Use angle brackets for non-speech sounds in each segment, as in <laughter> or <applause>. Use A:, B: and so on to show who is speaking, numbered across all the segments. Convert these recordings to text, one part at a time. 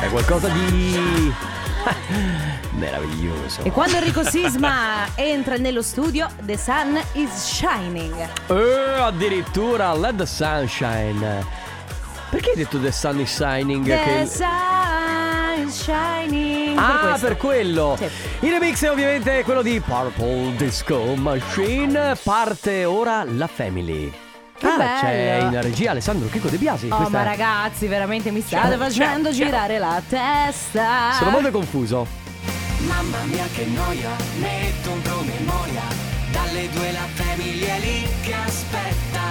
A: È qualcosa di... <laughs> meraviglioso.
B: E quando Enrico
A: <laughs>
B: Sisma entra nello studio, The Sun is Shining.
A: Eh, addirittura Let the Sunshine. Perché hai detto The Sun is Shining?
B: The
A: che-
B: Sun is Shining.
A: Ah, per,
B: per questo.
A: quello.
B: Sì.
A: Il remix è ovviamente quello di Purple Disco Machine. Parte ora la Family.
B: Che
A: ah,
B: bello.
A: c'è in regia Alessandro Chicco De Biasi.
B: Oh,
A: Questa
B: ma
A: è-
B: ragazzi, veramente mi state facendo girare la testa.
A: Sono molto confuso.
C: Mamma mia che noia, metto un promemoria. Dalle due la famiglia è lì che aspetta.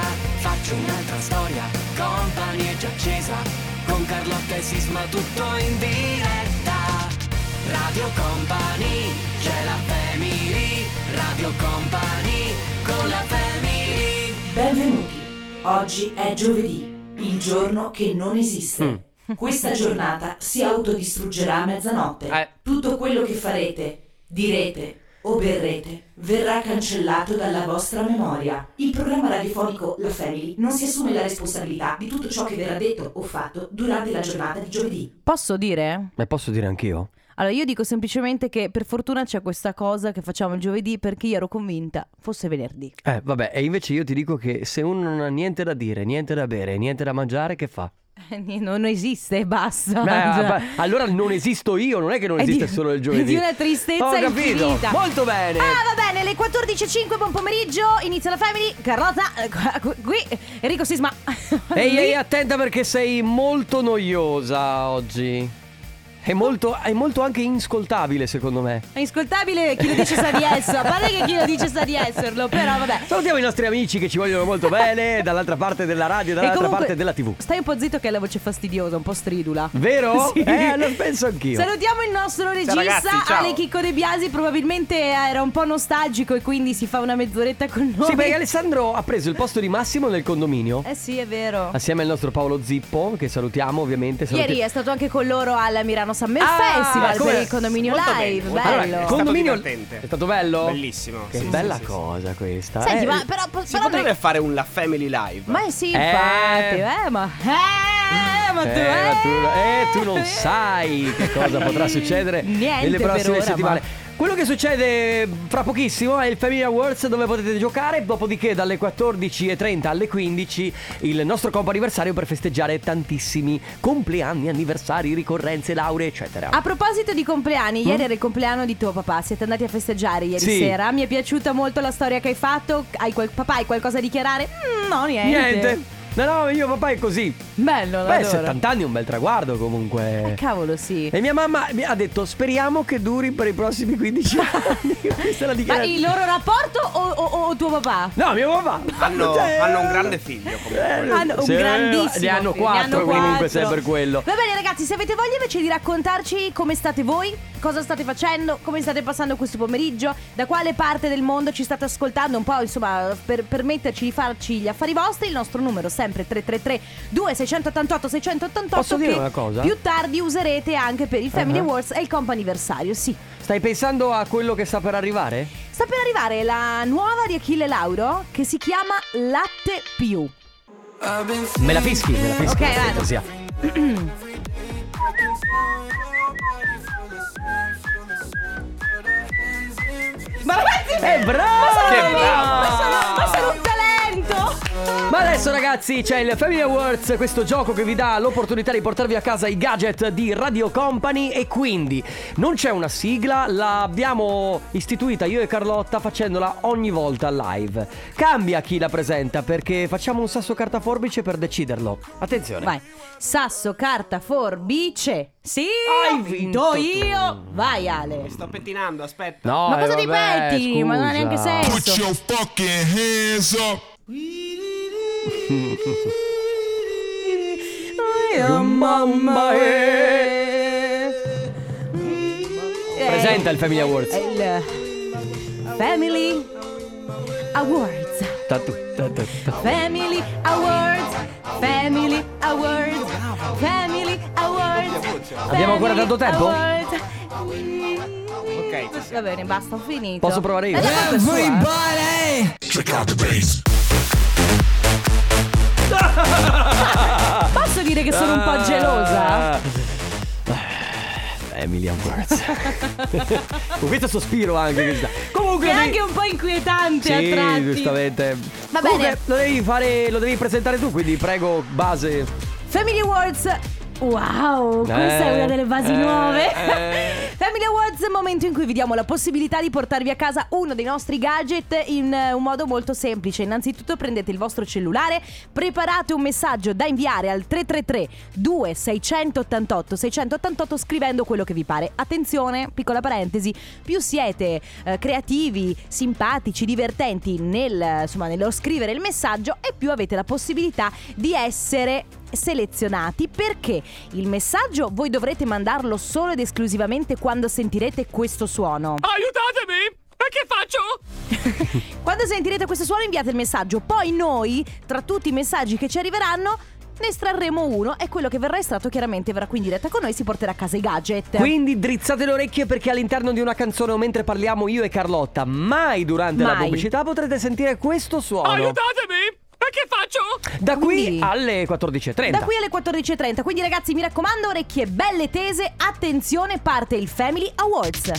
C: Faccio un'altra storia, company è già accesa. Con Carlotta e Sisma tutto in diretta. Radio Company, c'è la family. Radio Company, con la family.
D: Benvenuti. Oggi è giovedì, il giorno che non esiste. Questa giornata si autodistruggerà a mezzanotte.
A: Eh.
D: Tutto quello che farete, direte o berrete verrà cancellato dalla vostra memoria. Il programma radiofonico La Family non si assume la responsabilità di tutto ciò che verrà detto o fatto durante la giornata di giovedì.
B: Posso dire?
A: Ma posso dire anch'io?
B: Allora, io dico semplicemente che per fortuna c'è questa cosa che facciamo il giovedì perché io ero convinta fosse venerdì.
A: <laughs> Eh, vabbè, e invece io ti dico che se uno non ha niente da dire, niente da bere, niente da mangiare, che fa?
B: Non esiste, basta.
A: Eh, Beh,
B: <laughs> Cioè,
A: vabbè, allora non esisto io, non è che non
B: è di-
A: esiste solo il giovedì.
B: Di una tristezza
A: Ho capito.
B: infinita.
A: Molto bene.
B: Ah, va bene, le 14.05, buon pomeriggio, inizia la family. Carlotta, eh, qua- qui, Enrico Sisma.
A: Ehi,
B: lì.
A: ehi, attenta perché sei molto noiosa oggi. È molto, è molto anche inscoltabile, secondo me.
B: È Ascoltabile chi
A: <laughs>
B: lo dice sa di esso, a parte che chi lo dice sa di esserlo, però vabbè.
A: Salutiamo i nostri amici che ci vogliono
B: <laughs>
A: molto bene, dall'altra parte della radio,
B: E
A: dall'altra
B: comunque,
A: parte della TV.
B: Stai un po' zitto che è la voce fastidiosa, un
A: <laughs>
B: po' stridula.
A: Vero?
B: <laughs> Sì.
A: Eh, lo penso anch'io.
B: Salutiamo il nostro regista Ale Chicco De Biasi, probabilmente era un po' nostalgico e quindi si fa una mezz'oretta con noi.
A: Sì, perché Alessandro ha preso il posto di Massimo nel condominio.
B: <laughs> Eh sì, è vero.
A: Assieme al nostro Paolo Zippo, che salutiamo ovviamente. Ah, Saluti-
B: Ieri è stato anche con loro al Mirano Summer
A: Ah,
B: Festival
A: come-
B: per il condominio
E: molto
B: live,
E: bene, molto
B: bello.
E: bene.
A: Allora,
E: È stato
A: condominio...
E: divertente.
A: È stato bello?
E: Bellissimo.
A: Che
E: sì, sì,
A: bella
E: sì, sì.
A: cosa questa.
B: Senti,
A: Eh,
B: ma però,
E: Si
B: però
E: potrebbe fare un La Family Live.
B: Ma sì, infatti, eh, ma eh, ma tu
A: Eh, ma tu, eh, tu non sai che cosa potrà succedere
B: Niente
A: nelle
B: per
A: prossime
B: ora,
A: settimane. Quello che succede eh, fra pochissimo è il Family Awards dove potete giocare, dopodiché dalle 14.30 alle 15 il nostro compo anniversario per festeggiare tantissimi compleanni, anniversari, ricorrenze, lauree, eccetera.
B: A proposito di compleanni, ieri era il compleanno di tuo papà, siete andati a festeggiare ieri
A: Mm? Sì.
B: sera, mi è piaciuta molto la storia che hai fatto, hai qual- papà hai qualcosa da dichiarare? Mm, no, niente.
A: Niente. No, no, mio papà è così.
B: Bello,
A: Beh,
B: l'adoro.
A: 70 anni è un bel traguardo comunque.
B: Eh, cavolo, sì.
A: E mia mamma mi ha detto speriamo che duri per i prossimi
B: <laughs>
A: 15 anni. <laughs> Questa è la
B: Ma
A: dichiarazione.
B: il loro rapporto o, o- o tuo papà?
A: No, mio papà.
E: Hanno,
A: Cioè-
E: hanno un grande figlio comunque.
B: Hanno un
A: Sì,
B: grandissimo
A: ne hanno
B: figlio,
A: quattro, comunque,
B: quattro.
A: se è per quello.
B: Va bene ragazzi, se avete voglia invece di raccontarci come state voi, cosa state facendo, come state passando questo pomeriggio, da quale parte del mondo ci state ascoltando, un po' insomma per permetterci di farci gli affari vostri, il nostro numero è sempre 333 2688 688
A: Posso dire
B: che
A: una cosa?
B: più tardi userete anche per il Family
A: Ah.
B: Awards e il comp'anniversario, sì.
A: Stai pensando a quello che sta per arrivare?
B: Sta per arrivare la nuova di Achille Lauro che si chiama Latte più.
A: Me la fischi, me la fischi.
B: Ok,
A: la
B: vado. <clears throat>
A: fantasia.
B: Ma ragazzi,
A: È brava!
B: Che
A: Eh, brava!
B: Ma sono un talento!
A: Ma adesso ragazzi c'è il Family Awards, questo gioco che vi dà l'opportunità di portarvi a casa i gadget di Radio Company e quindi non c'è una sigla, l'abbiamo istituita io e Carlotta facendola ogni volta live. Cambia chi la presenta perché facciamo un sasso carta forbice per deciderlo. Attenzione.
B: Vai. Sasso, carta, forbice. Sì,
A: Hai
B: ho
A: vinto tu.
B: io. Vai Ale.
E: Sto pettinando, aspetta.
A: No,
B: Ma cosa
A: eh,
B: ti
A: vabbè,
B: metti? Ma non ha neanche
A: scusa.
F: Put
B: senso.
F: your fucking hands up.
A: Mamma
B: Eh,
A: Presenta il Family Awards.
B: il Eh, Family Awards.
A: Ta- tu- ta- ta- ta.
B: Family Awards. Family Awards. Family Awards.
A: Abbiamo ancora
B: Family
A: tanto tempo?
B: Awards.
E: Ok, ci
B: Va bene, basta, ho finito.
A: Posso provare io?
B: Eh, no, questa è sua.
F: Check out the bass.
B: Posso dire che sono un po' gelosa?
A: Ah. Family
B: <laughs>
A: Awards. Con questo sospiro anche questa. Comunque
B: È
A: vi-
B: anche un po' inquietante
A: sì,
B: a tratti.
A: giustamente.
B: Va
A: Comunque,
B: bene.
A: Lo devi fare, lo devi presentare tu, quindi prego base.
B: Family Awards. Wow, questa
A: Eh,
B: è una delle basi
A: eh,
B: nuove.
A: eh.
B: <laughs> Family Awards è il momento in cui vi diamo la possibilità di portarvi a casa uno dei nostri gadget in eh, un modo molto semplice. Innanzitutto prendete il vostro cellulare, preparate un messaggio da inviare al 333 2688 688 scrivendo quello che vi pare. Attenzione, piccola parentesi, più siete eh, creativi, simpatici, divertenti nel, eh, insomma, nello scrivere il messaggio e più avete la possibilità di essere selezionati perché il messaggio voi dovrete mandarlo solo ed esclusivamente quando sentirete questo suono.
G: Aiutatemi! E che faccio?
B: <laughs> Quando sentirete questo suono inviate il messaggio, poi noi tra tutti i messaggi che ci arriveranno ne estrarremo uno e quello che verrà estratto chiaramente verrà qui in diretta con noi e si porterà a casa i gadget.
A: Quindi drizzate le orecchie perché all'interno di una canzone o mentre parliamo io e Carlotta, mai durante la
B: Mai.
A: pubblicità potrete sentire questo suono.
G: Aiutatemi! E che faccio?
A: Da qui
B: Quindi-
A: alle 14.30.
B: Da qui alle 14.30, quindi ragazzi mi raccomando orecchie belle tese, attenzione parte il Family Awards.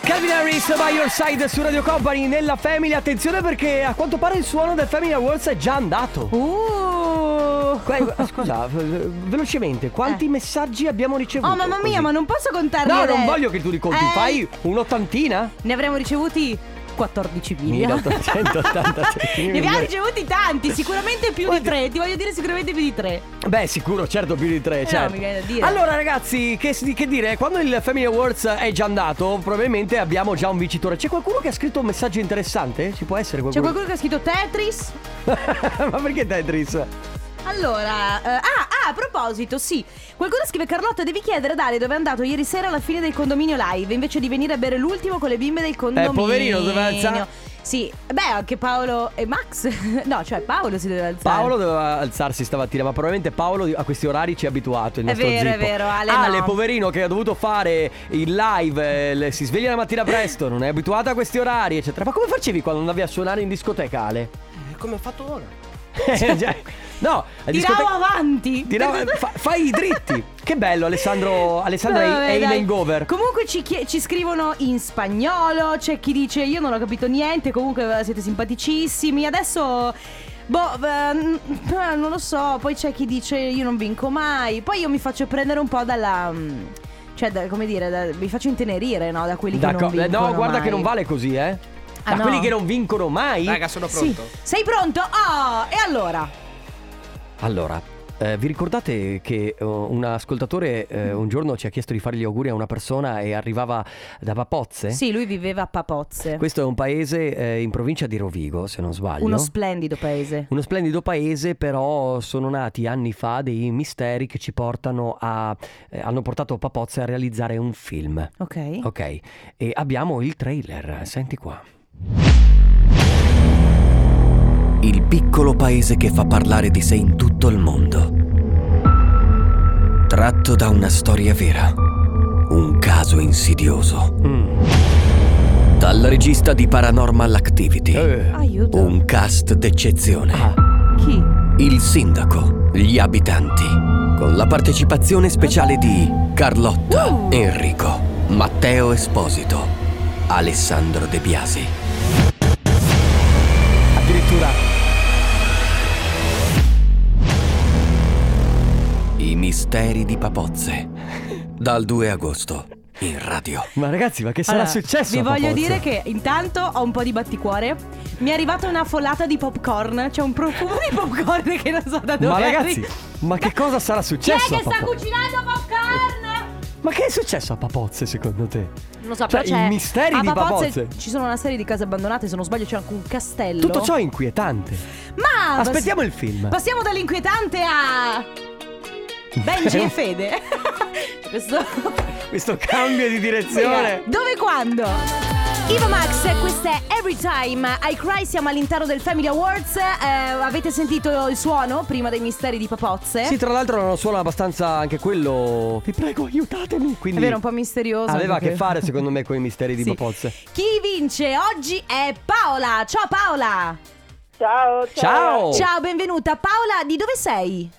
A: Calvin Harris by your side su Radio Company nella Family. Attenzione perché a quanto pare il suono del Family Awards è già andato.
B: Uh. <laughs>
A: Que- Scusa, v- velocemente, quanti
B: Eh.
A: messaggi abbiamo ricevuto?
B: Oh mamma mia,
A: così?
B: ma non posso contarli
A: No, non
B: adesso.
A: voglio che tu li conti,
B: Eh,
A: fai un'ottantina?
B: Ne avremmo ricevuti <laughs> 14.000.
A: 1887.
B: ne abbiamo ricevuti tanti, sicuramente più di tre. Ti voglio dire sicuramente più di tre.
A: Beh, sicuro, certo, più di tre,
B: Eh no,
A: certo.
B: mi viene da dire.
A: Allora, ragazzi, che, si- che dire? Quando il Family Awards è già andato, probabilmente abbiamo già un vincitore. C'è qualcuno che ha scritto un messaggio interessante? Ci può essere
B: C'è
A: qualcuno?
B: qualcuno che ha scritto Tetris?
A: <laughs> ma perché Tetris?
B: Allora, eh, ah, ah, a proposito, sì. Qualcuno scrive Carlotta, devi chiedere a Dario dove è andato ieri sera alla fine del condominio live, invece di venire a bere l'ultimo con le bimbe del condominio.
A: Eh, poverino, doveva alzare-
B: Sì, beh, anche Paolo e Max. <laughs> no, cioè Paolo si deve alzare.
A: Paolo doveva alzarsi stamattina, ma probabilmente Paolo a questi orari ci è abituato. Il
B: È
A: nostro
B: vero, è
A: zippo.
B: vero, Ale no.
A: Ale, poverino, che ha dovuto fare il live, eh, le- si sveglia la mattina presto, non è abituato a questi orari, eccetera. Ma come facevi quando andavi a suonare in discoteca, Ale?
E: Eh, Come ho fatto ora?
A: <laughs> Eh, già. no, la
B: Cioè, Tiravo
A: discoteca-
B: avanti.
A: Tirava- fa- fai i
B: <laughs>
A: dritti. che bello, Alessandro. Alessandra è-
B: Vabbè,
A: è in
B: dai.
A: hangover.
B: Comunque ci, chie- ci scrivono in spagnolo, c'è chi dice io non ho capito niente, comunque eh, siete simpaticissimi. Adesso boh, eh, n- eh, non lo so, poi c'è chi dice io non vinco mai. Poi io mi faccio prendere un po' dalla mm, cioè, da- come dire, da- mi faccio intenerire, no, da quelli
A: D'accordo.
B: che non vincono
A: eh, no, guarda
B: mai.
A: che non vale così, eh.
B: Ah,
A: da
B: no?
A: quelli che non vincono mai.
E: Raga, sono
B: Sì.
E: pronto.
B: Sei pronto? Oh, e allora?
A: Allora, eh, vi ricordate che eh, un ascoltatore eh, un giorno ci ha chiesto di fare gli auguri a una persona e arrivava da Papozze?
B: Sì, lui viveva a Papozze.
A: Questo è un paese eh, in provincia di Rovigo, se non sbaglio.
B: Uno splendido paese.
A: Uno splendido paese, però sono nati anni fa dei misteri che ci portano a. eh, hanno portato Papozze a realizzare un film.
B: Ok.
A: Ok, e abbiamo il trailer, senti qua. Il piccolo paese che fa parlare di sé in tutto il mondo. Tratto da una storia vera. Un caso insidioso. Dal regista di Paranormal Activity.
B: Aiuto.
A: Un cast d'eccezione.
B: Chi?
A: Il sindaco, gli abitanti, con la partecipazione speciale di Carlotta,
B: Uh.
A: Enrico, Matteo Esposito, Alessandro De Biasi. Addirittura
H: I misteri di Papozze. Dal 2 agosto in radio.
A: Ma ragazzi, ma che sarà
B: Allora,
A: successo?
B: Vi
A: a
B: voglio
A: Papozzo?
B: dire che intanto ho un po' di batticuore. Mi è arrivata una folata di popcorn. C'è un profumo di popcorn che non so da dove.
A: Ma
B: arrivi.
A: ragazzi, ma che cosa sarà
B: chi è
A: successo?
B: che
A: a
B: sta
A: Papozzo?
B: cucinando popcorn?
A: Ma che è successo a Papozze secondo te?
B: Non lo so,
A: Cioè,
B: però c'è.
A: i misteri
B: a
A: di
B: Papozze
A: Papozze.
B: Ci sono una serie di case abbandonate. Se non sbaglio, c'è anche un castello.
A: Tutto ciò è inquietante.
B: Ma
A: Aspettiamo il film.
B: Passiamo dall'inquietante
A: <laughs>
B: a. Benji e Fede. <laughs> Questo.
A: Questo cambio di direzione.
B: Dove e quando? Ivo Max, questa è Every Time I Cry, siamo all'interno del Family Awards, Eh, avete sentito il suono prima dei misteri di Papozze?
A: Sì, tra l'altro non suona abbastanza anche quello. Vi prego, aiutatemi. Quindi
B: È vero, un po' misterioso.
A: Aveva a
B: anche
A: che
B: quello.
A: fare secondo me con i misteri di
B: Sì.
A: Papozze.
B: Chi vince oggi è Paola. Ciao Paola.
I: Ciao, ciao.
A: Ciao!
B: Ciao, benvenuta. Paola, di dove sei?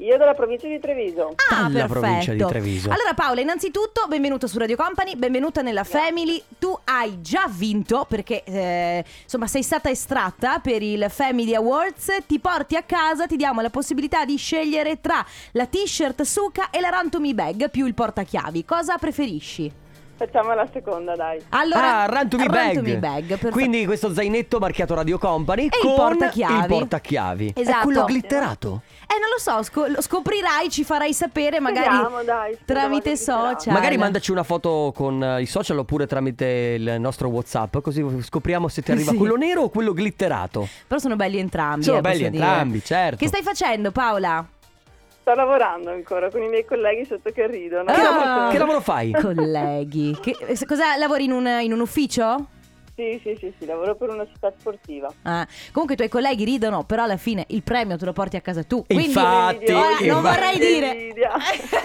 I: Io dalla provincia di Treviso.
B: Ah,
A: Dalla
B: perfetto.
A: provincia di Treviso.
B: Allora Paola, innanzitutto benvenuta su Radio Company, benvenuta nella Family. Tu hai già vinto perché eh, insomma sei stata estratta per il Family Awards, ti porti a casa, ti diamo la possibilità di scegliere tra la t-shirt Suka e la Rantomi Bag più il portachiavi. Cosa preferisci?
I: Facciamo la seconda, dai.
B: Allora,
A: ah, Run to me bag.
B: Rantomi Bag, perfetto.
A: Quindi questo zainetto marchiato Radio Company
B: E il
A: con
B: portachiavi.
A: il portachiavi.
B: Esatto.
A: È quello glitterato.
B: Eh, non lo so, sco- lo scoprirai, ci farai sapere magari
I: Speriamo, dai, speriamo
B: tramite
I: che ci sarà.
B: social.
A: Cioè, Magari mandaci una foto con eh, i social oppure tramite il nostro WhatsApp, così scopriamo se ti arriva
B: Eh Sì.
A: quello nero o quello glitterato.
B: Però sono belli entrambi.
A: Sono
B: eh, posso
A: belli
B: dire.
A: entrambi, certo.
B: Che stai facendo, Paola?
I: Sto lavorando ancora con i miei colleghi sotto che ridono.
A: Che,
B: Ah.
A: lavoro, che lavoro fai?
B: Colleghi. Che, eh, cosa lavori in un, in un ufficio?
I: Sì, sì, sì, sì, lavoro per una città sportiva.
B: Ah, comunque i tuoi colleghi ridono, però alla fine il premio te lo porti a casa tu. Quindi
A: Infatti,
B: Ora, non
A: infatti.
B: vorrei dire
I: Invidia.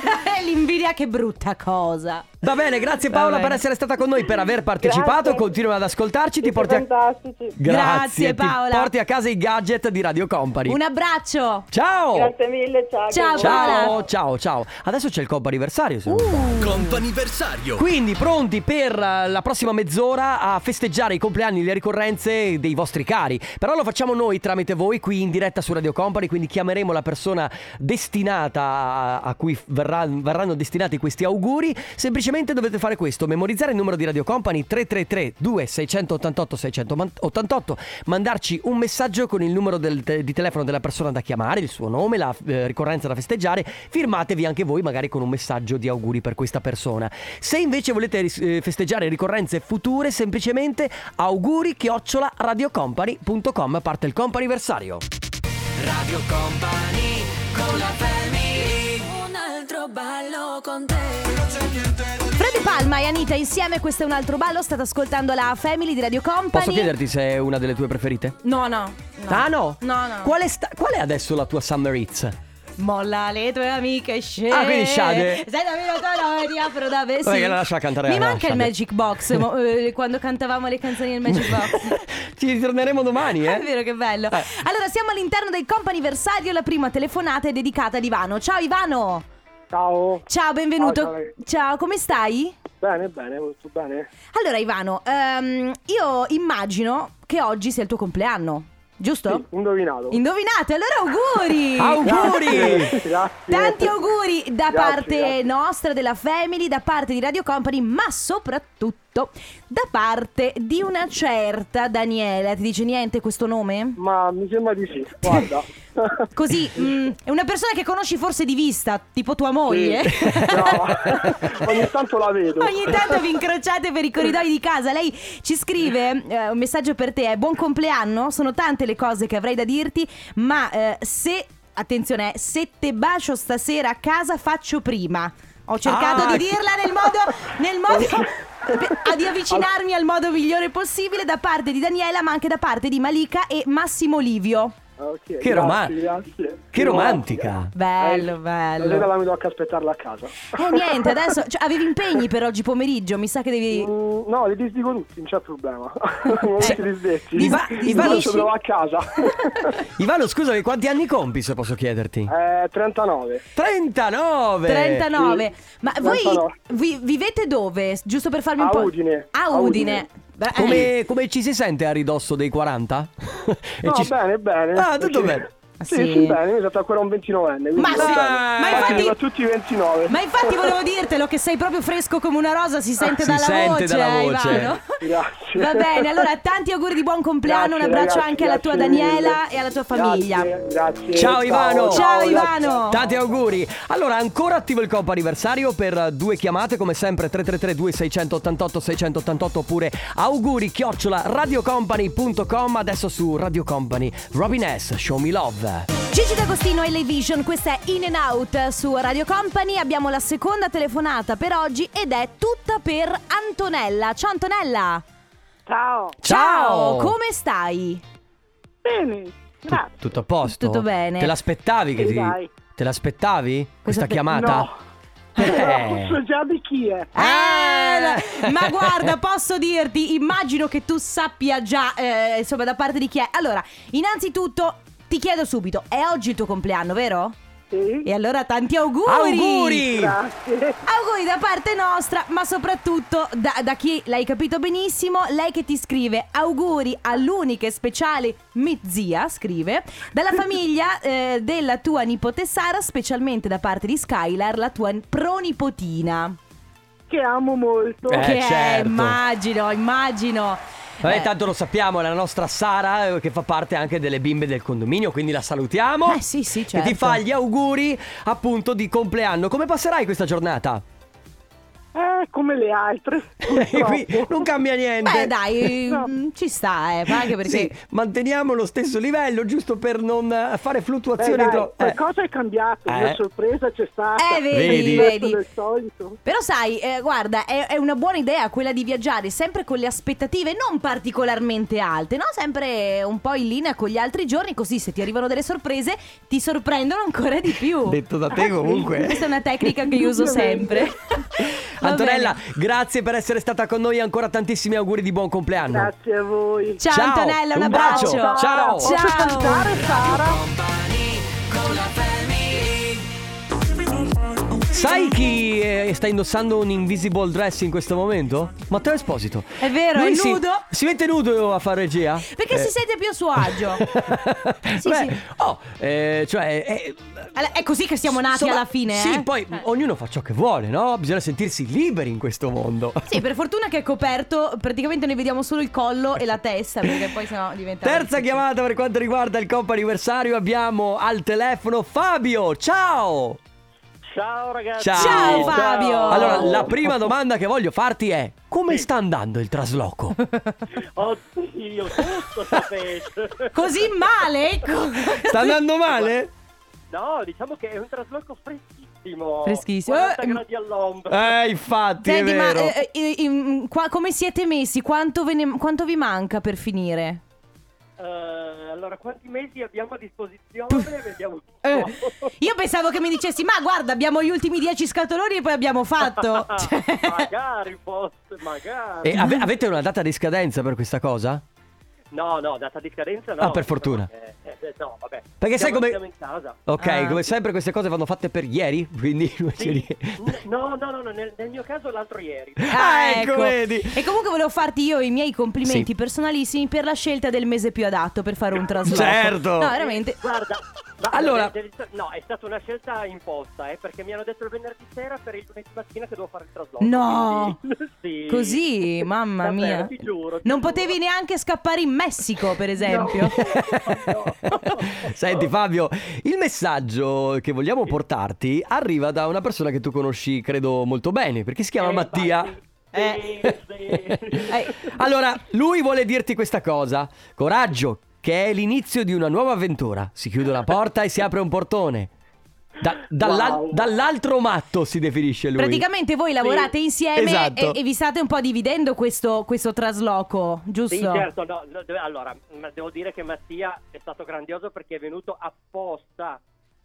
B: <laughs> l'invidia che brutta cosa.
A: Va bene, grazie Paola
B: bene.
A: per essere stata con noi, per aver partecipato.
I: Grazie.
A: Continua ad ascoltarci.
I: Siete
A: Ti porti a...
I: fantastici.
B: Grazie,
A: ti
B: Paola.
A: porti a casa i gadget di Radio Company.
B: Un abbraccio.
A: Ciao!
I: Grazie mille, ciao.
B: Oh. Ciao,
I: che
A: Ciao, ciao, ciao. Adesso c'è il Coppa anniversario. se non sbaglio.
H: Companiversario.
A: Quindi pronti per eh, la prossima mezz'ora a festeggiare i compleanni, le ricorrenze dei vostri cari. Però lo facciamo noi tramite voi qui in diretta su Radio Company, quindi chiameremo la persona destinata a, a cui verrà- verranno destinati questi auguri. Semplicemente dovete fare questo, memorizzare il numero di Radio Company 333 2688 688, mandarci un messaggio con il numero del te- di telefono della persona da chiamare, il suo nome, la eh, ricorrenza da festeggiare, firmatevi anche voi magari con un messaggio di auguri per questa persona. Se invece volete ris- eh, festeggiare ricorrenze future, semplicemente auguri chiocciola radiocompany.com parte il comp'anniversario.
B: Freddy Palma e Anita insieme, questo è un altro ballo. State ascoltando la Family di Radio Company.
A: Posso chiederti se è una delle tue preferite?
B: No, no. no.
A: Ah no?
B: No, no.
A: Qual è, sta- qual è adesso la tua Summer
B: <laughs>
A: Hits?
B: Molla le tue amiche scende.
A: Ah, quindi Shade.
B: Sai da meno sono ti apro da bere.
A: Vabbè, che la lascia cantare
B: Mi
A: la
B: manca il
A: Shade.
B: Magic Box mo- eh, quando cantavamo le canzoni del Magic Box.
A: Ci ritorneremo domani,
B: È
A: eh?
B: vero che bello.
A: Eh.
B: Allora siamo all'interno del comp'anniversario, la prima telefonata è dedicata ad Ivano. Ciao Ivano.
J: Ciao.
B: Ciao, benvenuto.
J: Ciao, ciao.
B: come stai?
J: Bene, bene, tutto bene?
B: Allora Ivano, ehm, io immagino che oggi sia il tuo compleanno, giusto?
J: Sì, indovinato.
B: Indovinate, allora auguri!
A: Auguri!
J: Grazie.
B: Tanti auguri da
J: eh, Grazie,
B: parte
J: grazie.
B: nostra, della Family, da parte di Radio Company, ma soprattutto da parte di una certa Daniela. Ti dice niente questo
J: <laughs>
B: nome?
J: Ma mi sembra di sì, guarda.
B: Così, mm, è una persona che conosci forse di vista, tipo tua
J: <laughs>
B: moglie. <laughs>
J: No, ogni tanto la vedo.
B: Ogni tanto vi incrociate per i corridoi di casa. Lei ci scrive eh, un messaggio per te: è buon compleanno. Sono tante le cose che avrei da dirti, ma eh, se attenzione, eh, se te bacio stasera a casa, faccio prima. Ho cercato
A: Ah.
B: di dirla nel modo. Nel <laughs> modo per- di avvicinarmi al modo migliore possibile da parte di Daniela, ma anche da parte di Malika e Massimo Livio.
J: Ok,
A: Che
J: grazie,
A: roma-
J: grazie.
A: Che romantica!
B: Bello,
J: Eh,
B: bello.
J: Stasera la vedo anche a aspettarla a casa.
B: Eh niente, adesso cioè, avevi impegni per oggi pomeriggio, mi sa che devi
J: <laughs> Mm, no, li disdico tutti, non c'è problema. <laughs> non
A: Cioè,
J: ti disdetti.
A: Iva- Ivano-
J: Io ci provo a
B: <laughs>
J: casa.
A: <laughs> Ivano, scusami, quanti anni compi se posso chiederti?
J: eh, 39.
A: 39!
B: 39. Ma voi
J: 39.
B: vi- vivete dove? Giusto per farmi un
J: A
B: po'.
J: Udine.
B: A
J: A
B: Udine.
J: Udine.
B: Beh, eh,
A: Come, come ci si sente a ridosso dei 40? <laughs> E
J: No,
A: ci-
J: bene, bene.
A: Ah, tutto
J: Perché-
A: bene.
J: Sì,
B: Sì.
J: sì, bene, io sono ancora un 29enne. quindi
B: Ma
J: va
B: sì,
J: bene.
B: ma
J: Infatti
B: infatti-
J: sono tutti 29.
B: Ma infatti volevo dirtelo che sei proprio fresco come una rosa,
J: Ah,
B: si sente
A: Si
B: dalla
A: sente
B: voce,
A: dalla
B: eh,
A: voce.
B: Ivano. <laughs>
J: Grazie.
B: Va bene,
J: <laughs>
B: allora tanti auguri di buon compleanno,
J: Grazie,
B: un abbraccio
J: ragazzi,
B: anche alla tua
J: grazie mille.
B: Daniela e alla tua famiglia.
J: Grazie, grazie.
A: Ciao, Ivano.
B: Ciao, Ivano.
A: Tanti auguri! Allora, ancora attivo il compo anniversario per due chiamate, come sempre 333-2688-688 oppure auguri chiocciola radiocompany.com adesso su Radio Company. Robin S, Show Me Love.
B: Gigi D'Agostino e Lei Vision, questa è In and Out su Radio Company. Abbiamo la seconda telefonata per oggi ed è tutta per Antonella. Ciao Antonella.
I: Ciao.
A: Ciao!
B: come stai?
I: Bene,
A: Tu-
I: grazie.
A: tutto a posto?
B: Tutto bene.
A: Te l'aspettavi che
I: Sì,
A: ti...
I: dai.
A: Te l'aspettavi? Questa
B: Cosa pe-
A: chiamata?
J: No. <laughs>
A: Eh.
J: So già di chi è.
B: Eh,
A: Eh.
B: ma guarda, posso dirti, immagino che tu sappia già, eh, insomma, da parte di chi è. Allora, innanzitutto ti chiedo subito, è oggi il tuo compleanno, vero?
J: Sì.
B: E allora tanti auguri!
A: Auguri!
J: Grazie.
B: Auguri da parte nostra, ma soprattutto da, da chi l'hai capito benissimo, lei che ti scrive auguri all'unica e speciale mezzia, scrive,
A: <laughs>
B: dalla famiglia eh, della tua nipote Sara, specialmente da parte di Skylar, la tua pronipotina.
J: Che amo molto.
A: Eh,
B: che è,
A: certo.
B: immagino, immagino.
A: Vabbè,
B: Eh.
A: tanto lo sappiamo, è la nostra Sara eh, che fa parte anche delle bimbe del condominio, quindi la salutiamo.
B: Eh, sì, sì,
A: E ti
B: certo.
A: fa gli auguri appunto di compleanno. Come passerai questa giornata?
J: Eh, come
B: <laughs>
J: le altre.
A: E qui
J: purtroppo.
A: non cambia niente.
B: Beh dai,
J: No.
B: mm, ci sta, eh, ma anche perché...
A: Sì, manteniamo lo stesso livello giusto per non eh, fare
J: Beh,
A: fluttuazioni.
J: dai,
A: tro- eh.
J: Qualcosa è cambiato,
A: Eh.
J: una sorpresa c'è stata.
B: Eh, vedi,
A: Vedi.
J: Diverso
B: vedi.
J: del solito.
B: Però sai, eh, guarda, è, è una buona idea quella di viaggiare sempre con le aspettative non particolarmente alte, no? Sempre un po' in linea con gli altri giorni, così se ti arrivano delle sorprese ti sorprendono ancora di più. Ah,
A: Detto da te comunque.
B: Questa è una tecnica che io uso sempre. Va
A: Antonella,
B: bene.
A: grazie per essere stata con noi. Ancora tantissimi auguri di buon compleanno.
J: Grazie a voi.
B: Ciao,
A: Ciao,
B: Antonella, un,
A: un
B: abbraccio.
A: bacio. Ciao.
J: Posso salutare Sara?
A: Sai chi eh, sta indossando un invisible dress in questo momento? Matteo Esposito.
B: È vero,
A: Lui
B: è
A: si-
B: nudo.
A: Si, mette nudo a fare regia? Eh.
B: Perché si
A: <laughs>
B: sente più a suo agio. Sì,
A: Beh,
B: sì.
A: Oh, eh, cioè. eh,
B: Alla- È così che siamo nati
A: insomma,
B: alla fine,
A: Sì,
B: eh?
A: poi ognuno fa ciò che vuole, no? Bisogna sentirsi liberi in questo mondo.
B: Sì, per fortuna che è coperto, praticamente noi vediamo solo il collo e la testa, perché poi sennò diventa
A: Terza chiamata per quanto riguarda il compo anniversario. Abbiamo al telefono Fabio. Ciao!
J: Ciao ragazzi.
A: Ciao.
B: Ciao, Fabio.
A: Allora, la prima domanda che voglio farti è: come sta andando il trasloco?
J: Oddio, tutto sapete.
B: Così male?
A: <laughs>
B: Ecco.
A: Sta andando male?
J: No, diciamo che è un trasloco freschissimo.
B: Freschissimo. 40 Eh, gradi
J: all'ombra.
A: Eh, infatti,
B: Senti,
A: è
B: ma
A: vero.
B: eh, eh, in- qua- come siete messi? Quanto, ve ne- quanto vi manca per finire?
J: eh, allora, quanti mesi abbiamo a disposizione? Vediamo un po'.
A: Eh.
B: Io pensavo che mi dicessi, ma guarda, abbiamo gli ultimi 10 scatoloni e poi abbiamo
A: <laughs>
B: fatto. Cioè,
J: magari post, magari.
A: E ave- avete una data di scadenza per questa cosa?
J: eh, mm. No, no, data di scadenza no.
A: Ah, per fortuna.
J: Eh, eh, eh, no, vabbè.
A: Perché sai
J: Siamo-
A: come-
J: Siamo in casa.
A: Ok,
B: Ah.
A: come sempre queste cose vanno fatte per ieri, quindi <laughs> non si
J: Sì.
A: rie-
J: N- No, no, no, no, nel, nel mio caso l'altro ieri.
A: Ah, ecco, vedi.
B: E comunque volevo farti io i miei complimenti
A: Sì.
B: personalissimi per la scelta del mese più adatto
A: <laughs>
B: per fare un trasloco.
A: Certo.
B: No, veramente.
J: Guarda, ma
A: Allora-
J: de- de- no, è stata una scelta imposta, eh, perché mi hanno detto il venerdì sera per il lunedì mattina che devo fare il trasloco.
B: No.
J: quindi- <laughs> sì. <laughs>
B: Così, mamma
J: Davvero,
B: mia.
J: ti giuro. ti
B: non
J: giuro.
B: potevi neanche scappare in Messico,
J: <laughs>
B: per esempio.
J: No.
A: <laughs> Senti Fabio, il messaggio che vogliamo portarti arriva da una persona che tu conosci credo molto bene, perché si chiama
J: Eh,
A: Mattia.
J: infatti,
A: Eh.
J: sì, sì.
B: Eh,
A: <laughs> Allora, lui vuole dirti questa cosa. Coraggio, che è l'inizio di una nuova avventura. Si chiude una porta e si apre un portone. Da- dall'al-
J: Wow.
A: Dall'altro matto si definisce lui.
B: Praticamente voi lavorate insieme
A: Esatto.
B: e, e vi state un po' dividendo questo, questo trasloco, giusto?
J: Sì, certo, no, no, de- allora, ma devo dire che Mattia è stato grandioso perché è venuto apposta.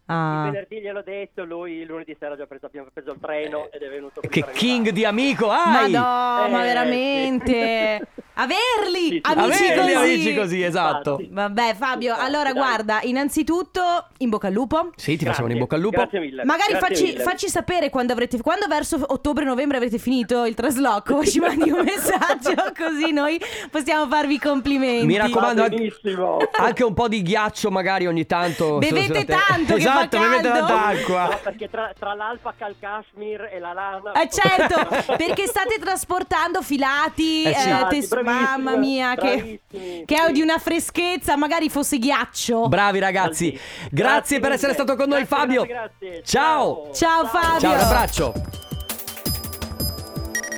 B: Ah.
J: Il venerdì gliel'ho detto, lui lunedì sera ha già preso, abbiamo preso il
B: Eh,
J: treno ed è venuto qui.
A: Che
J: per
A: king di amico hai!
B: Ma no,
J: Eh,
B: ma veramente.
J: sì.
B: Averli,
J: Sì, sì.
B: amici
A: Averli
B: così.
A: amici così, esatto.
J: Infatti.
B: Vabbè Fabio,
J: Infatti,
B: allora
J: dai.
B: guarda, innanzitutto in bocca al lupo.
A: Sì, ti
J: Grazie,
A: facciamo un in bocca al lupo.
J: Grazie mille.
B: Magari
J: grazie
B: facci,
J: mille.
B: facci sapere quando avrete quando verso ottobre-novembre avrete finito il trasloco, <laughs> ci mandi un messaggio
J: <laughs>
B: così noi possiamo farvi i complimenti.
A: Mi raccomando,
J: Va
A: anche,
J: benissimo.
A: <laughs> anche un po' di ghiaccio magari ogni tanto. sulla-
B: Bevete
A: sulla te-
B: tanto, che fa
A: Esatto, bevete
B: caldo.
A: tanta
J: No,
B: <laughs>
A: acqua.
J: perché tra, tra l'alpaca, il cashmere e la lana.
B: Eh certo, perché state trasportando filati,
A: Eh, sì.
B: eh,
J: Filati,
B: tes-
J: bravissimi,
B: mamma mia, che,
J: bravissimi,
B: che è
J: sì.
B: di una freschezza, magari fosse ghiaccio.
A: Bravi ragazzi. Grazie,
J: Grazie
A: per essere
J: mille.
A: stato con noi
J: Grazie,
A: Fabio.
J: grazie, grazie.
A: Ciao.
B: Ciao Fabio.
A: Ciao, un abbraccio.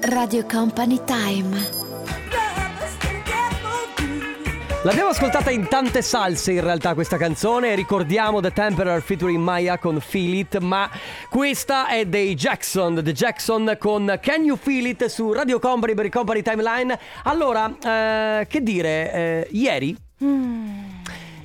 K: Radio Company Time.
A: L'abbiamo ascoltata in tante salse in realtà questa canzone, ricordiamo The Temperer featuring Maya con Feel It, ma questa è dei Jackson, The Jackson con Can You Feel It su Radio Company per il
B: Mm.
A: Company Timeline. Allora, eh, che dire, eh, ieri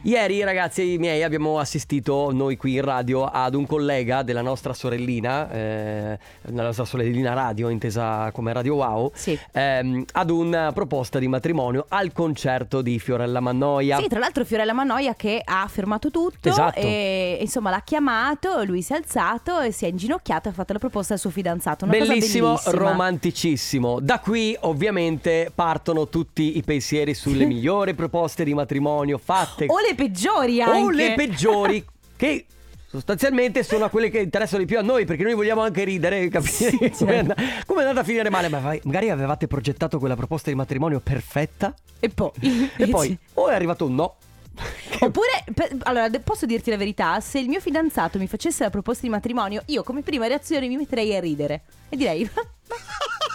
A: Ieri, ragazzi miei, abbiamo assistito noi qui in radio ad un collega della nostra sorellina, eh, la nostra sorellina radio, intesa come Radio Wow, ehm, ad una proposta di matrimonio al concerto di Fiorella Mannoia.
B: Sì, tra l'altro Fiorella Mannoia che ha fermato tutto
A: Esatto.
B: e insomma l'ha chiamato, lui si è alzato e si è inginocchiato e ha fatto la proposta al suo fidanzato. Una
A: Bellissimo,
B: cosa bellissima.
A: romanticissimo. Da qui ovviamente partono tutti i pensieri sulle migliori proposte di matrimonio fatte
B: O le peggiori anche.
A: o le
B: <laughs>
A: peggiori che sostanzialmente sono quelle che interessano di più a noi perché noi vogliamo anche ridere e capire <laughs> come, è andata, come è andata a finire male ma vai- magari avevate progettato quella proposta di matrimonio perfetta
B: e poi
A: <laughs> e
B: <laughs>
A: poi o è arrivato un no
B: Oppure, per- allora, de- posso dirti la verità? Se il mio fidanzato mi facesse la proposta di matrimonio, io come prima reazione mi metterei a ridere e direi, <laughs> ma, ma-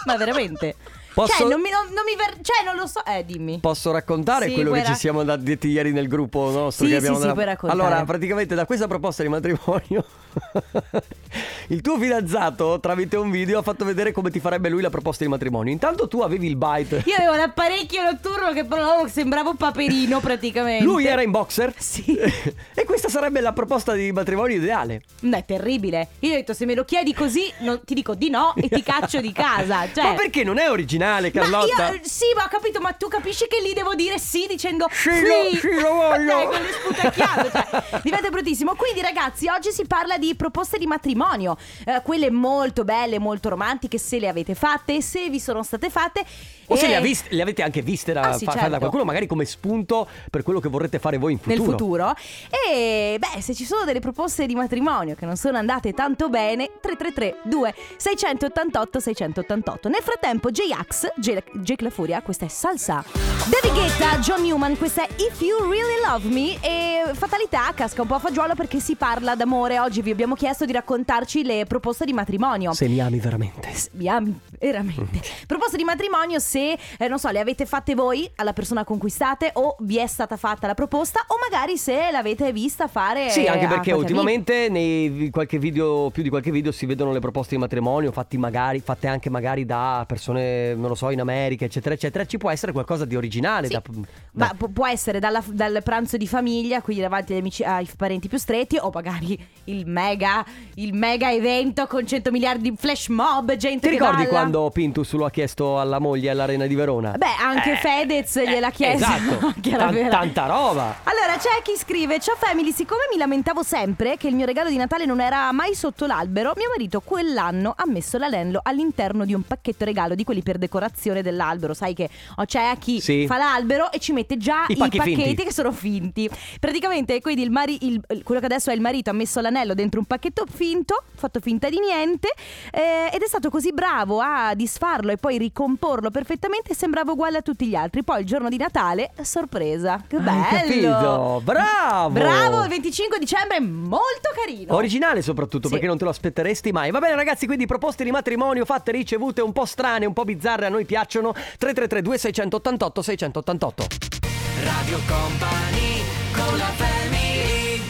B: ma veramente?
A: Posso-
B: Cioè, non mi, non, non mi ver- cioè, non lo so. Eh, dimmi.
A: Posso raccontare
B: Sì,
A: quello
B: puoi
A: che
B: rac-
A: ci siamo da- detti ieri nel gruppo nostro?
B: Sì,
A: che
B: sì,
A: abbiamo
B: sì,
A: nella-
B: puoi raccontare.
A: Allora, praticamente da questa proposta di matrimonio, <laughs> il tuo fidanzato tramite un video ha fatto vedere come ti farebbe lui la proposta di matrimonio. Intanto tu avevi il bite.
B: Io avevo un apparecchio notturno che però sembrava un paperino praticamente.
A: Lui era in
B: <laughs>
A: boxer. Sì. <laughs> e questa sarebbe la proposta di matrimonio ideale.
B: No, è terribile. Io ho detto, se me lo chiedi così, non- ti dico di no e ti caccio di casa. Cioè,
A: <laughs> Ma perché non è originale, Carlotta?
B: Ma io, eh, sì, ma ho capito, ma tu capisci che lì devo dire sì dicendo sì,
A: lo- sì, lo voglio.
B: Dai, con le sputacchiate, cioè, diventa bruttissimo. Quindi ragazzi, oggi si parla di proposte di matrimonio, eh, quelle molto belle, molto romantiche, se le avete fatte, se vi sono state fatte.
A: O se
B: e-
A: le, ha viste- le avete anche viste da,
B: Eh. Ah, sì,
A: fa-
B: certo.
A: da qualcuno, magari come spunto per quello che vorrete fare voi in futuro.
B: Nel futuro. E beh, se ci sono delle proposte di matrimonio che non sono andate tanto bene, 3332 688 688. Nel frattempo J-Ax, J- Jake La Furia, questa è Salsa. David Guetta, John Newman, questa è If You Really Love Me e fatalità casca un po' a fagiolo perché si parla d'amore. Oggi vi abbiamo chiesto di raccontarci le proposte di matrimonio.
A: Se mi ami veramente.
B: Mi ami veramente.
A: Mm.
B: Proposte di matrimonio se, eh, non so, le avete fatte voi alla persona con cui state o vi è stata fatta la proposta o magari se l'avete vista fare...
A: Sì, anche
B: a
A: perché
B: qualche
A: ultimamente nei qualche video, più di qualche video si vedono le proposte di matrimonio fatti magari, fatte anche magari da persone, non lo so, in America, eccetera, eccetera. Ci può essere qualcosa di originale.
B: Sì.
A: da-
B: Ma
A: da-
B: pu- può essere dalla- dal pranzo di famiglia, quindi davanti agli amici, ai parenti più stretti, o magari il mega, il mega evento con 100 miliardi di flash mob, gente
A: Ti
B: che
A: ricordi
B: balla.
A: quando Pintus lo ha chiesto alla moglie all'Arena di Verona?
B: Beh, anche Fedez gliel'ha chiesto.
A: eh,
B: <laughs>
A: Esatto,
B: Che era
A: Tan-
B: vera.
A: tanta roba.
B: Allora c'è chi scrive Ciao family, siccome mi lamentavo sempre che il mio regalo di Natale non era mai sotto l'albero Mio marito quell'anno ha messo l'anello all'interno di un pacchetto regalo di quelli per decorazione dell'albero Sai che oh, c'è chi
A: Sì.
B: fa l'albero e ci mette già
A: I
B: i,
A: pacchi
B: pacchetti
A: finti.
B: che sono finti Praticamente quindi il mari- il- quello che adesso è il marito ha messo l'anello dentro un pacchetto finto Fatto finta di niente eh, Ed è stato così bravo a disfarlo e poi ricomporlo perfettamente Sembrava uguale a tutti gli altri Poi il giorno di Natale, sorpresa Che bello
A: capito? Bravo!
B: Bravo, il 25 dicembre è molto carino
A: Originale soprattutto perché non te lo aspetteresti mai. Va bene ragazzi, quindi proposte di matrimonio fatte, ricevute un po' strane, un po' bizzarre, a noi piacciono. 3332 688 688.
C: Radio Company con la family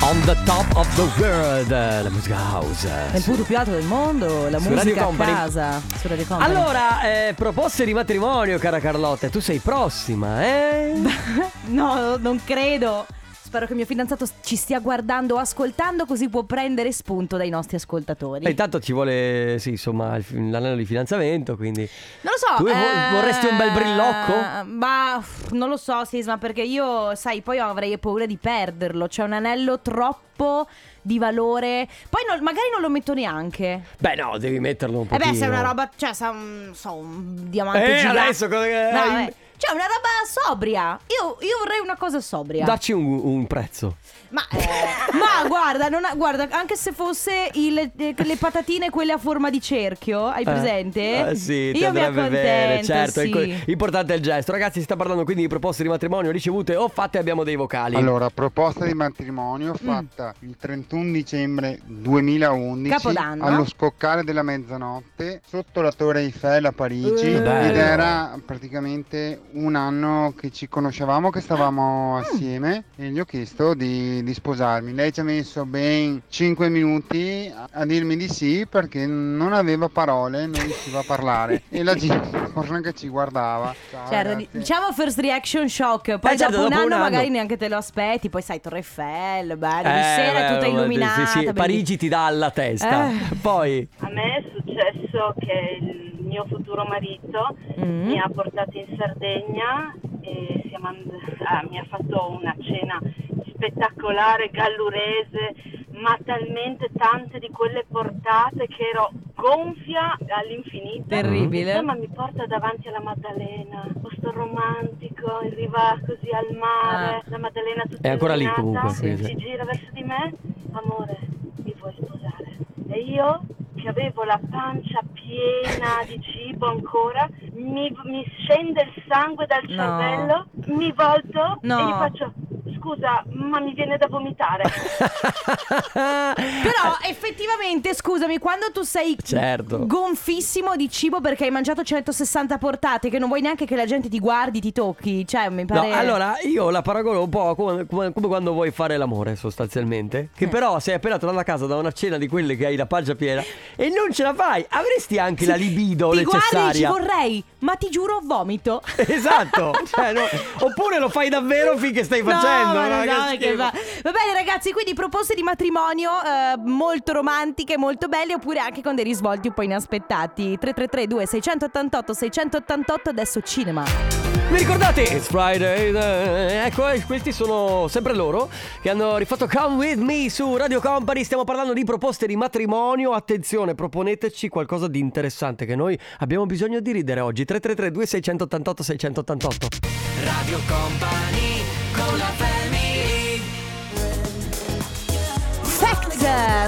A: On the top of the world, la musica house.
B: Nel punto più alto del mondo, la
A: Su Radio
B: musica a
A: Company.
B: casa su Radio Company.
A: Allora, eh, proposte di matrimonio, cara Carlotta, tu sei prossima, eh?
B: <laughs> No, non credo Spero che mio fidanzato ci stia guardando o ascoltando Così può prendere spunto dai nostri ascoltatori
A: E intanto ci vuole, sì, insomma, il fi- l'anello di fidanzamento, quindi...
B: Non lo so.
A: Tu vo-
B: eh,
A: vorresti un bel brillocco?
B: Ma uff, non lo so, Sisma, perché io, sai, poi avrei paura di perderlo. C'è un anello troppo di valore. Poi non- magari non lo metto neanche.
A: Beh no, devi metterlo un
B: Eh
A: pochino.
B: beh, se è una roba, cioè, sa un, so, un diamante
A: Eh,
B: gigante.
A: adesso cosa che-
B: No, vabbè. Cioè, una roba sobria. Io, io vorrei una cosa sobria.
A: Dacci un, un prezzo.
B: Ma, eh, ma guarda, non ha- guarda, anche se fosse il- eh, le patatine quelle a forma di cerchio, hai
A: Eh,
B: presente?
A: eh sì, ti
B: io mi
A: andrebbe bene,
B: accontento,
A: certo.
B: sì.
A: ecco, Importante è il gesto. Ragazzi, si sta parlando quindi di proposte di matrimonio ricevute o fatte, abbiamo dei vocali.
L: Allora, proposta di matrimonio
B: Mm.
L: fatta il 31 dicembre 2011
B: Capodanno.
L: allo scoccare della mezzanotte sotto la Torre Eiffel a Parigi
B: Eh.
L: ed
B: Bello.
L: era praticamente un anno che ci conoscevamo, che stavamo assieme e gli ho chiesto di, di sposarmi. Lei ci ha messo ben 5 minuti a, a dirmi di sì perché non aveva parole, non riusciva a parlare e la gente che ci guardava. Ciao,
B: Cioè,
L: ragazzi.
B: diciamo first reaction shock, poi
L: Eh, certo,
B: dopo, un,
L: dopo un
B: anno
L: anno.
B: magari neanche te lo aspetti, poi sai Torre Eiffel, bello, di
A: Eh,
B: sera
A: beh,
B: tutta
A: sì,
B: illuminata.
A: sì,
B: bellissima.
A: Parigi ti dà alla testa.
B: Eh.
A: Poi, <laughs>
M: A me è successo che il mio futuro marito
A: Mm.
M: mi ha portato in Sardegna e siamo and- ah, mi ha fatto una cena spettacolare, gallurese, ma talmente tante di quelle portate che ero gonfia all'infinito.
B: Terribile.
A: Mm-hmm.
M: Insomma mi porta davanti alla Maddalena, posto romantico, in riva così al mare, la Maddalena tutta
A: Ah. È ancora lì
M: illuminata,
A: comunque, quindi.
M: si gira verso di me, amore, mi vuoi sposare? E io, che avevo la pancia
A: <laughs>
M: piena di cibo ancora, mi, mi scende il sangue dal
B: No.
M: cervello, mi volto e
B: No.
M: gli faccio, scusa, ma mi viene
A: <laughs>
M: da vomitare.
B: Però effettivamente, scusami, quando tu sei
A: Certo.
B: gonfissimo di cibo perché hai mangiato 160 portate che non vuoi neanche che la gente ti guardi, ti tocchi, cioè mi pare...
A: no, allora io la paragono un po' come, come- come quando vuoi fare l'amore, sostanzialmente.
B: Eh.
A: Che però sei appena tornato a casa da una cena di quelle che hai la pancia piena e non ce la fai, avresti anche la libido
B: Ti guardi e ci
A: necessaria.
B: vorrei, ma ti giuro vomito.
A: <laughs>
B: <laughs>
A: Esatto, cioè, no. oppure lo fai davvero finché stai facendo.
B: No, ma
A: no?
B: no,
A: Che
B: no,
A: schifo.
B: che va. Va bene ragazzi, quindi proposte di matrimonio eh, molto romantiche, molto belle, oppure anche con dei risvolti un po' inaspettati. 333 2688 688 adesso cinema.
A: Vi ricordate? It's Friday. eh, Ecco, eh, questi sono sempre loro che hanno rifatto Come With Me su Radio Company. Stiamo parlando di proposte di matrimonio. Attenzione, proponeteci qualcosa di interessante che noi abbiamo bisogno di ridere oggi. 333 2688 688.
C: Radio Company con la family
B: Fact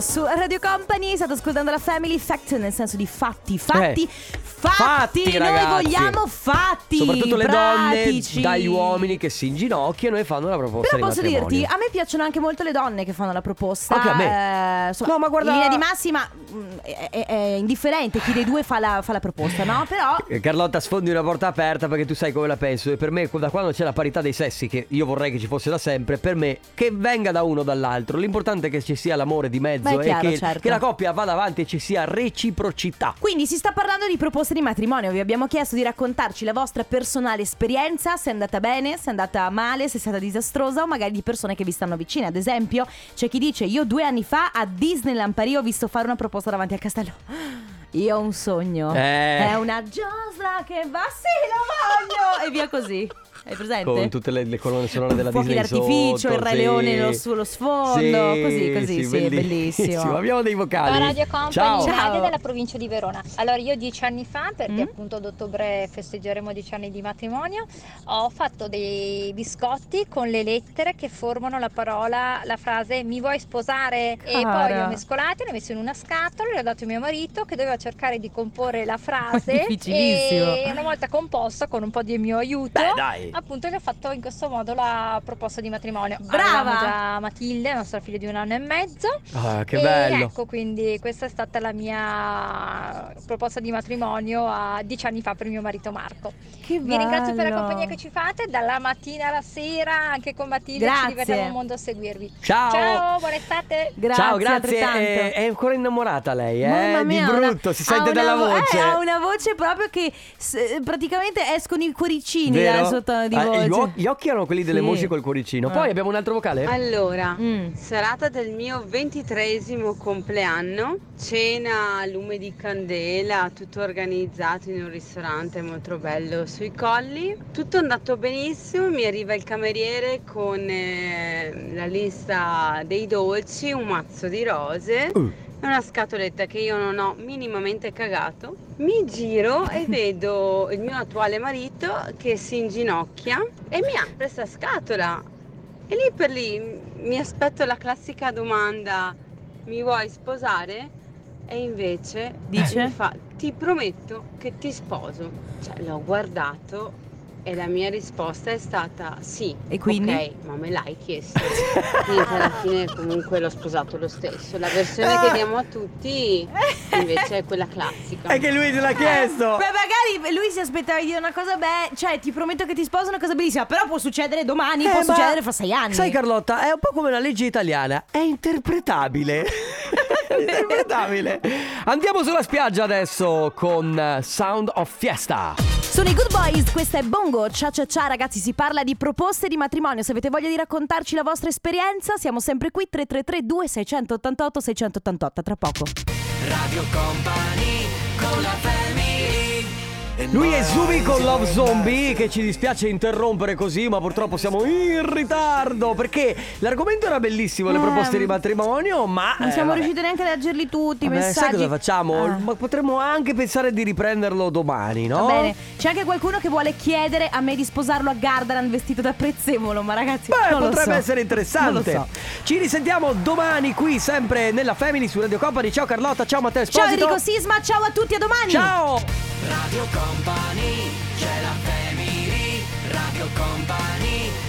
B: su Radio Company, state ascoltando la Family Fact nel senso di fatti, fatti,
A: Eh,
B: fatti,
A: fatti,
B: noi
A: ragazzi.
B: vogliamo fatti.
A: Soprattutto le donne
B: pratici.
A: dagli uomini che si inginocchiano e fanno la proposta
B: Però posso
A: di matrimonio.
B: dirti, a me piacciono anche molto le donne che fanno la proposta.
A: Anche a
B: me. no, ma
A: guarda-
B: In linea di massima mh, è, è- è indifferente chi dei due fa la, fa la proposta, no? Però.
A: Eh, Carlotta, sfondi una porta aperta perché tu sai come la penso. E per me, da quando c'è la parità dei sessi, che io vorrei che ci fosse da sempre, per me che venga da uno o dall'altro. L'importante è che ci sia l'amore di mezzo
B: Beh, è
A: e
B: chiaro,
A: che,
B: certo.
A: che la coppia vada avanti e ci sia reciprocità.
B: Quindi si sta parlando di proposte di matrimonio, vi abbiamo chiesto di raccontarci la vostra personale esperienza, se è andata bene, se è andata male, se è stata disastrosa o magari di persone che vi stanno vicine. Ad esempio c'è chi dice io due anni fa a Disneyland Paris ho visto fare una proposta davanti al castello. <gasps> Io ho un sogno.
A: Eh.
B: È una giosla che va, sì, la voglio! e via così. Hai presente?
A: Con tutte le, le colonne sonore della
B: Fuochi
A: Disney
B: d'artificio,
A: sotto,
B: il Re
A: sì.
B: Leone lo- sullo sfondo,
A: Sì,
B: così, così, sì, bellissimo.
A: Abbiamo dei vocali.
N: Ciao Radio Company,
B: Oh.
A: Ciao.
N: Nadia dalla provincia di Verona. Allora io dieci anni fa, perché
B: Mm.
N: appunto ad ottobre festeggeremo dieci anni di matrimonio, ho fatto dei biscotti con le lettere che formano la parola, la frase mi vuoi sposare? E
B: Ah.
O: Cara.
N: poi li ho mescolati, li ho messi in una scatola, li ho dato a mio marito che doveva cercare di comporre la frase.
B: Difficilissimo.
N: e una volta composta con un po' di mio aiuto,
B: Beh, dai.
N: appunto gli ho fatto in questo modo la proposta di matrimonio.
B: Brava.
N: Avevamo già Matilde, la nostra figlia di un anno e mezzo.
A: Ah, che
N: E
A: bello.
N: Ecco, quindi questa è stata la mia proposta di matrimonio a dieci anni fa per mio marito Marco.
B: Che
N: Vi ringrazio per la
B: bello.
N: compagnia che ci fate, dalla mattina alla sera, anche con Matilde
B: Grazie.
N: ci divertiamo un mondo a seguirvi.
A: Ciao.
N: Ciao, buona estate!
A: Ciao, grazie. Eh, È, ancora innamorata lei,
B: Mamma
A: eh?
B: mia,
A: di
B: ha una-
A: brutto, si
B: ha
A: sente
B: una
A: dalla
B: vo- eh,
A: voce.
B: ha una voce proprio che s- eh, praticamente escono i cuoricini
A: Vero?
B: dal suo tono di
A: Ah,
B: voce.
A: gli, oc- gli occhi erano quelli delle
B: Sì.
A: voci col cuoricino.
B: Ah. Mm.
A: Poi abbiamo un altro vocale.
P: Allora, serata del mio ventitresimo compleanno, cena a lume di candela, tutto organizzato in un ristorante molto bello sui colli, tutto è andato benissimo, mi arriva il cameriere con eh, la lista dei dolci, un mazzo di rose. e Una scatoletta che io non ho minimamente cagato. Mi giro e vedo il mio attuale marito che si inginocchia e mi apre sta scatola. E lì per lì m- mi aspetto la classica domanda, mi vuoi sposare? E invece
B: Dice?
P: mi fa, ti prometto che ti sposo. Cioè, l'ho guardato E la mia risposta è stata sì.
B: E quindi? <laughs>
P: Ok, ma me l'hai chiesto. Niente, alla fine comunque l'ho sposato lo stesso. La versione che diamo a tutti invece è quella classica.
A: È che lui te l'ha chiesto.
B: Eh, Beh, magari lui si aspettava di dire una cosa, beh, cioè, ti prometto che ti sposo una cosa bellissima, però può succedere domani,
A: Eh,
B: può
A: ma-
B: succedere fra sei anni.
A: Sai Carlotta, è un po' come la legge italiana, è
B: <laughs>
A: interpretabile. È interpretabile. Andiamo sulla spiaggia adesso con eh, Sound of Fiesta.
B: Sono i Good Boys, questa è Bongo. Ciao ciao ciao ragazzi, si parla di proposte di matrimonio. Se avete voglia di raccontarci la vostra esperienza, siamo sempre qui 333 2688 688 tra poco.
C: Radio Company con la family
A: Lui è Zubi con Love Zombie che ci dispiace interrompere così ma purtroppo siamo in ritardo perché l'argomento era bellissimo le
B: Eh,
A: proposte di matrimonio ma...
B: Non
A: eh,
B: siamo
A: vabbè.
B: riusciti neanche a leggerli tutti, i
A: Vabbè,
B: messaggi.
A: sai cosa facciamo?
B: Ah.
A: Ma potremmo anche pensare di riprenderlo domani, no?
B: Va bene, c'è anche qualcuno che vuole chiedere a me di sposarlo a Gardaland vestito da prezzemolo, ma ragazzi,
A: Beh,
B: non lo
A: potrebbe
B: so.
A: essere interessante.
B: Non lo
A: Ci risentiamo domani qui, sempre nella Family su Radio Company. Ciao Carlotta, ciao Matteo
B: so. Ciao
A: Esposito.
B: Enrico Sisma, ciao a tutti, a domani.
A: Ciao.
C: Radio Company c'è la family Radio Company